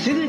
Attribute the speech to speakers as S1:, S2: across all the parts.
S1: 役立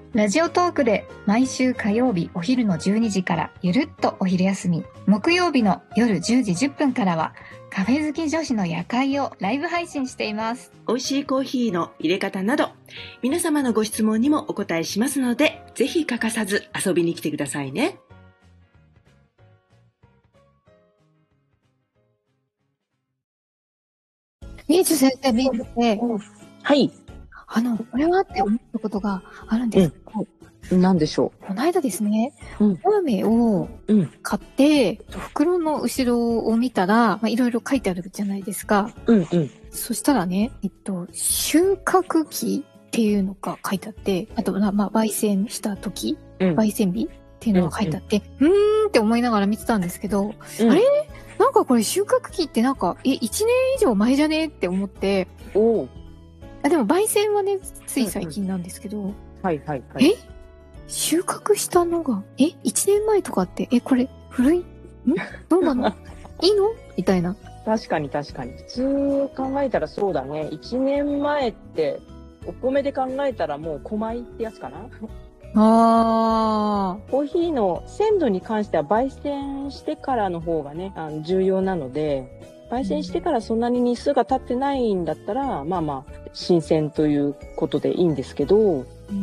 S2: ラジオトークで毎週火曜日お昼の12時からゆるっとお昼休み、木曜日の夜10時10分からはカフェ好き女子の夜会をライブ配信しています。
S1: 美味しいコーヒーの入れ方など皆様のご質問にもお答えしますのでぜひ欠かさず遊びに来てくださいね
S2: みえちゅ先生見てて、
S3: はい。
S2: あの、これはって思ったことがあるんですけど、
S3: なんでしょ
S2: この間ですね、
S3: うん
S2: ラーメンを
S3: うん
S2: 買って、袋の後ろを見たら、まあ、いろいろ書いてあるじゃないですか。
S3: う。うんうん。
S2: そしたらね、えっと、収穫期っていうのが書いてあって、あと、ままあ、焙煎した時、
S3: うん
S2: 焙煎日っていうのが書いてあって、うーんって思いながら見てたんですけど、
S3: うん
S2: あれなんかこれ収穫期ってなんか、え、1年以上前じゃねって思って、
S3: おー
S2: あでも焙煎はね、つい最近なんですけど、
S3: はいはいは
S2: え
S3: い。
S2: 収穫したのが、え、1年前とかって、え、これ古いんどうな のいいのみたいな。
S3: 確かに確かに。普通考えたらそうだね。1年前って、お米で考えたらもう小米ってやつかな
S2: あ
S3: コーヒーの鮮度に関しては焙煎してからの方がね、あの重要なので、焙煎してからそんなに日数が経ってないんだったら、まあまあ、新鮮ということでいいんですけど、
S2: ー。う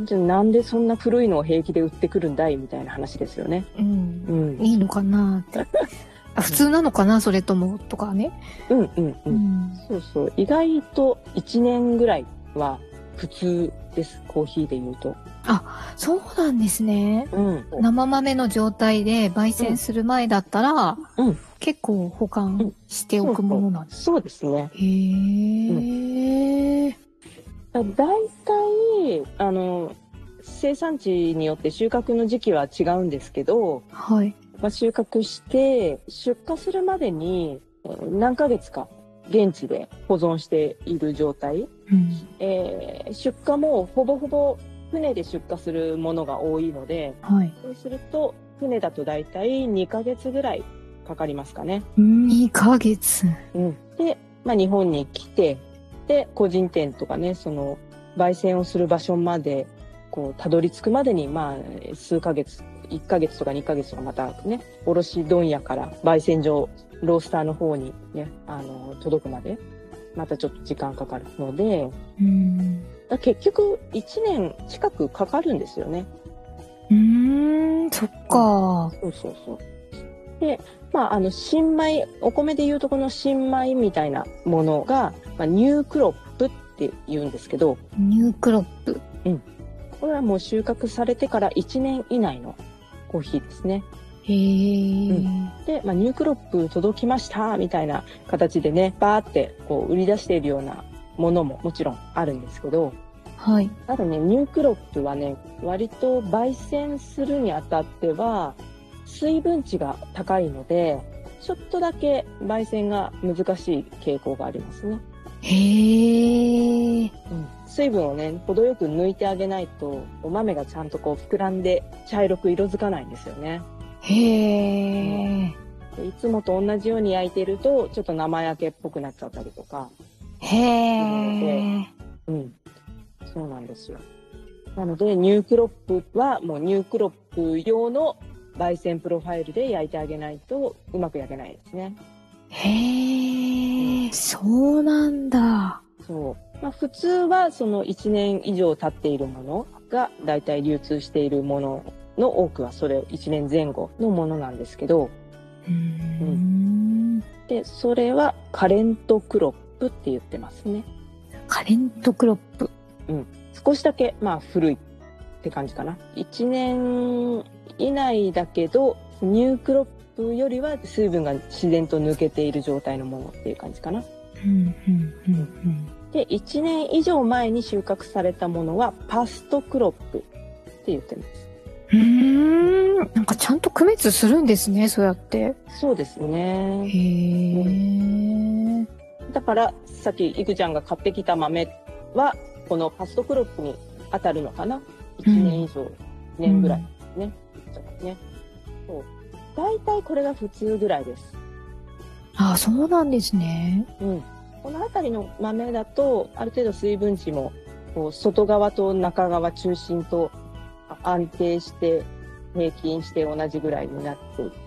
S2: ん。
S3: じゃあなんでそんな古いのを平気で売ってくるんだいみたいな話ですよね。
S2: うん
S3: う。ん。
S2: いいのかな って。あ普通なのかなそれとも、とかね。
S3: うんうんうん。
S2: ん。
S3: そうそう。意外と1年ぐらいは普通です。コーヒーで言うと。
S2: そうなんですね。
S3: うん。
S2: 生豆の状態で焙煎する前だったら、
S3: うん
S2: 結構保管しておくものなんです。
S3: そうですね。
S2: へー。
S3: だいたい、あの、生産地によって収穫の時期は違うんですけど、
S2: はい。
S3: まあ、収穫して出荷するまでにえー何ヶ月か現地で保存している状態。
S2: うん。
S3: えー出荷もほぼほぼ船で出荷するものが多いので、
S2: はい。
S3: そうすると船だとだいたい2ヶ月ぐらいかかりますかね。
S2: 2ヶ月。
S3: で、まあ、日本に来てで個人店とかねその焙煎をする場所までこうたどり着くまでに、まあ、数ヶ月1ヶ月とか2ヶ月とかまたね卸問屋から焙煎所ロースターの方にねあの届くまでまたちょっと時間かかるので
S2: うん。
S3: だ結局1年近くかかるんですよね。
S2: うーん、そっか。
S3: そうそうそう。で、まあ、あの、新米、お米でいうとこの新米みたいなものが、まあ、ニュークロップって言うんですけど、
S2: ニュークロップ。
S3: これはもう収穫されてから1年以内のコーヒーですね。
S2: へー。
S3: うで、まあ、ニュークロップ届きましたみたいな形でね、バーってこう売り出しているようなものももちろんあるんですけど、
S2: はい。
S3: ただね、ニュークロップはね、割と焙煎するにあたっては、水分値が高いので、ちょっとだけ焙煎が難しい傾向がありますね。
S2: へー。
S3: 水分をね、程よく抜いてあげないと、お豆がちゃんとこう膨らんで茶色く色づかないんですよね。
S2: へー。
S3: でいつもと同じように焼いてると、ちょっと生焼けっぽくなっちゃったりとか。
S2: へー。
S3: うん。そうなんですよ。なので、ニュークロップはもうニュークロップ用の焙煎プロファイルで焼いてあげないとうまく焼けないですね。
S2: へえ、そうなんだ。
S3: そう。まあ普通はその1年以上経っているものが大体流通しているものの多くはそれ1年前後のものなんですけど、
S2: うーん。
S3: で、それはカレントクロップって言ってますね。
S2: カレントクロップ。
S3: 少しだけまあ古いって感じかな1年以内だけどニュークロップよりは水分が自然と抜けている状態のものっていう感じかな
S2: うん、うん、うん、
S3: で1年以上前に収穫されたものはパストクロップって言ってます
S2: うーん。なんかちゃんと区別するんですね、そうやって。
S3: そうですね。
S2: へえ。
S3: だから、さっき、いくちゃんが買ってきた豆は、このパストクロップに当たるのかな ?1 年以上、2年ぐらいですね。そうですね。そう。大体これが普通ぐらいです。
S2: あ、そうなんですね。
S3: うん。この辺りの豆だと、ある程度水分値も、こう外側と中側中心とあ安定して、平均して同じぐらいになっ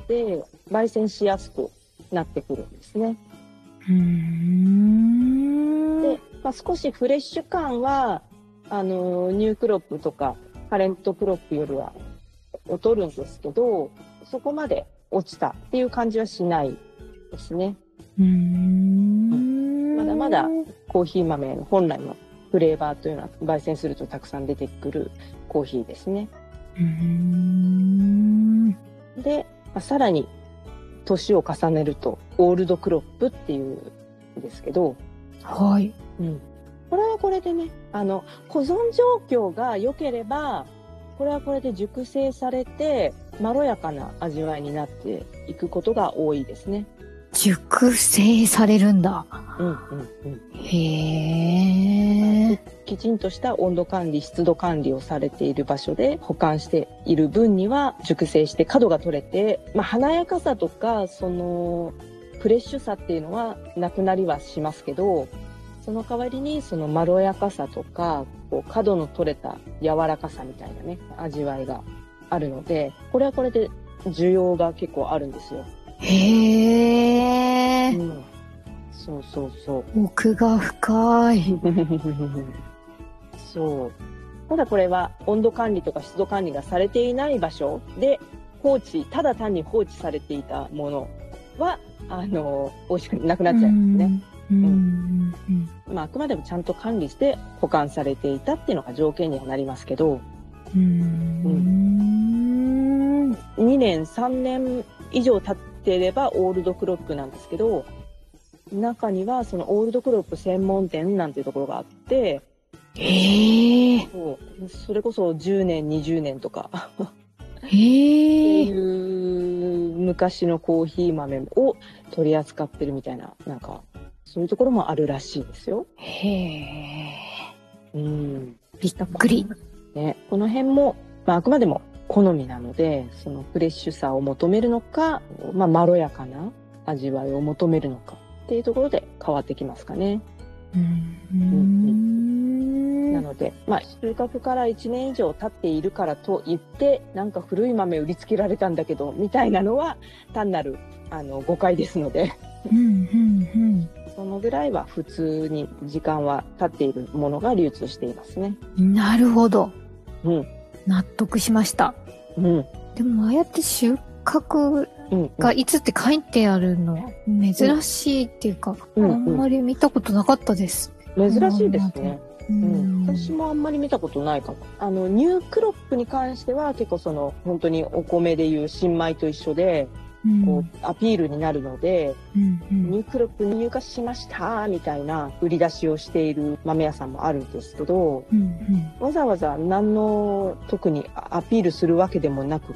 S3: ていって、焙煎しやすくなってくるんですね。
S2: うーん。
S3: で、まあ、少しフレッシュ感はあのニュークロップとかカレントクロップよりは劣るんですけどそこまで落ちたっていう感じはしないですね
S2: うーん。
S3: まだまだコーヒー豆の本来のフレーバーというのは焙煎するとたくさん出てくるコーヒーですね
S2: うーん
S3: で、まあさらに年を重ねるとオールドクロップっていうんですけど、
S2: はい。
S3: これはこれでねあの保存状況が良ければこれはこれで熟成されてまろやかな味わいになっていくことが多いですね。
S2: 熟成されるんだ。
S3: うんうんうん、
S2: へえ。
S3: きちんとした温度管理湿度管理をされている場所で保管している分には熟成して角が取れて、まあ、華やかさとかそのフレッシュさっていうのはなくなりはしますけどその代わりにそのまろやかさとかこう角の取れた柔らかさみたいなね味わいがあるのでこれはこれで需要が結構あるんですよ。
S2: へえ。
S3: うん、そうそうそう
S2: 奥が深い。
S3: そう。ただこれは温度管理とか湿度管理がされていない場所で放置、ただ単に放置されていたものは、あの、美味しくなくなっちゃいますね。
S2: うん。
S3: う
S2: うんうん
S3: まあ、あくまでもちゃんと管理して保管されていたっていうのが条件にはなりますけど、
S2: うーん。
S3: 2年、3年以上経っていればオールドクロップなんですけど、中にはそのオールドクロップ専門店なんていうところがあって、
S2: へえ。
S3: そうそれこそ10年、20年とかって
S2: へえ。
S3: いう昔のコーヒー豆を取り扱ってるみたいな、なんか、そういうところもあるらしいですよ。
S2: へえ。
S3: うん。
S2: びっくり。
S3: ね、この辺も、まあ、あくまでも好みなので、そのフレッシュさを求めるのか、まあ、まろやかな味わいを求めるのかっていうところで変わってきますかね。
S2: うん
S3: なので、まあ、収穫から1年以上経っているからといって、なんか古い豆売りつけられたんだけど、みたいなのは単なる、あの、誤解ですので。
S2: うんうん
S3: そのぐらいは普通に時間は経っているものが流通していますね。
S2: うん。なるほど。
S3: うん。
S2: 納得しました。
S3: うん。
S2: でもああやって収穫
S3: うん。
S2: がいつって書いてあるのは珍しいっていうか、
S3: うんうん
S2: あんまり見たことなかったです。
S3: 珍しいですね。
S2: う
S3: うん。私もあんまり見たことないかも。あの、ニュークロップに関しては結構その、本当にお米でいう新米と一緒で、
S2: うん
S3: こう、アピールになるので、
S2: うんうん
S3: ニュークロップに入荷しました、みたいな売り出しをしている豆屋さんもあるんですけど、
S2: うんうん
S3: わざわざ何の特にアピールするわけでもなく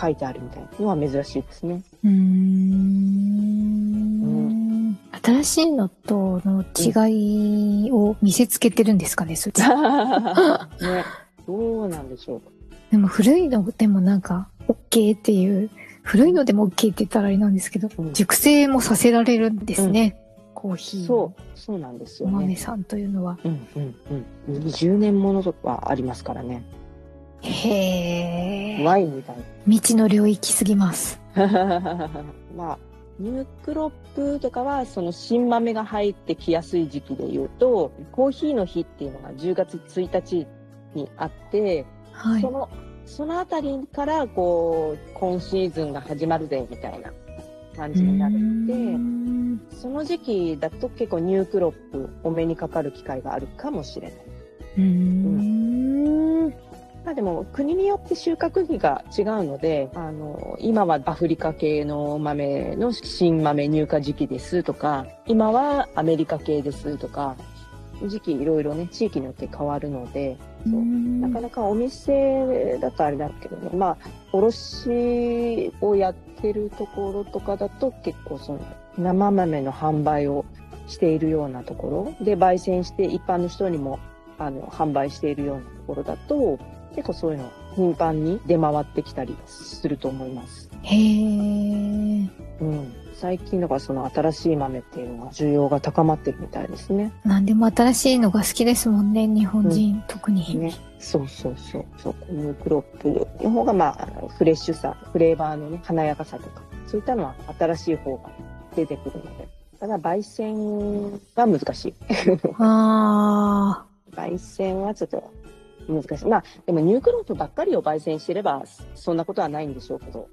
S3: 書いてあるみたいなのは珍しいですね。
S2: うーん新しいのとの違いを見せつけてるんですかね、そっち。
S3: ね、どうなんでしょうか。
S2: でも古いのでもなんか、OK っていう、古いのでも OK って言ったらあれなんですけど、
S3: うん
S2: 熟成もさせられるんですね、コーヒー
S3: そ
S2: の
S3: う、そうなんです
S2: お
S3: よ
S2: 豆
S3: ね。
S2: さんというのは。
S3: うんうんうん。20年ものとかありますからね。
S2: へえ。
S3: ワインみたい
S2: 未知の領域すぎます。
S3: な。まあ、ニュークロップとかは、その新豆が入ってきやすい時期で言うと、コーヒーの日っていうのが10月1日にあって、
S2: はい
S3: そ。の、そのあたりから、こう、今シーズンが始まるぜ、みたいな感じになるので、
S2: うん
S3: その時期だと結構ニュークロップお目にかかる機会があるかもしれない。
S2: うん
S3: まあでも国によって収穫期が違うので、あの、今はアフリカ系の豆の新豆入荷時期ですとか、今はアメリカ系ですとか、時期いろいろね、地域によって変わるので、
S4: う
S3: そうんなかなかお店だとあれだけどね、まあ、卸をやってるところとかだと結構その生豆の販売をしているようなところで、焙煎して一般の人にもあの販売しているようなところだと、結構そういうの頻繁に出回ってきたりすると思います。
S4: へえ。
S3: うん。最近だからその新しい豆っていうのが需要が高まってるみたいですね。
S4: なんでも新しいのが好きですもんね、日本人、特に。
S3: ね、そうそうそうそうこのクロップの方がまああのフレッシュさフレーバーのね華やかさとかそういったのは新しい方が出てくるのでただ焙煎は難しい
S4: あ
S3: 焙煎はちょっと難しいまあでもニュークロップばっかりを焙煎してればそんなことはないんでしょうけど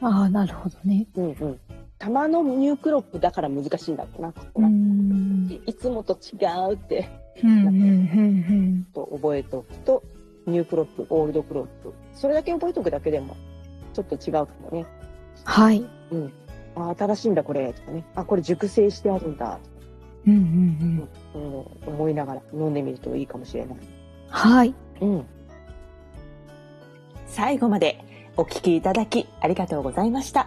S4: あ、ああ、なるほどね。
S3: うんうん玉のニュークロップだから難しいんだろうなここ
S4: う
S3: が、
S4: ん。
S3: いつもと違うって
S4: うん、うん、うん、
S3: ちょっと覚えておくと、ニュークロップ、オールドクロップ。それだけ覚えておくだけでも、ちょっと違うかもね。
S4: うん。はい。
S3: うん。あ、新しいんだ、これ。とかね。あ、これ熟成してあるんだ。
S4: うん、うん、うん。
S3: うん、思いながら飲んでみるといいかもしれない。
S4: はい。
S3: うん。
S1: 最後までお聞きいただきありがとうございました。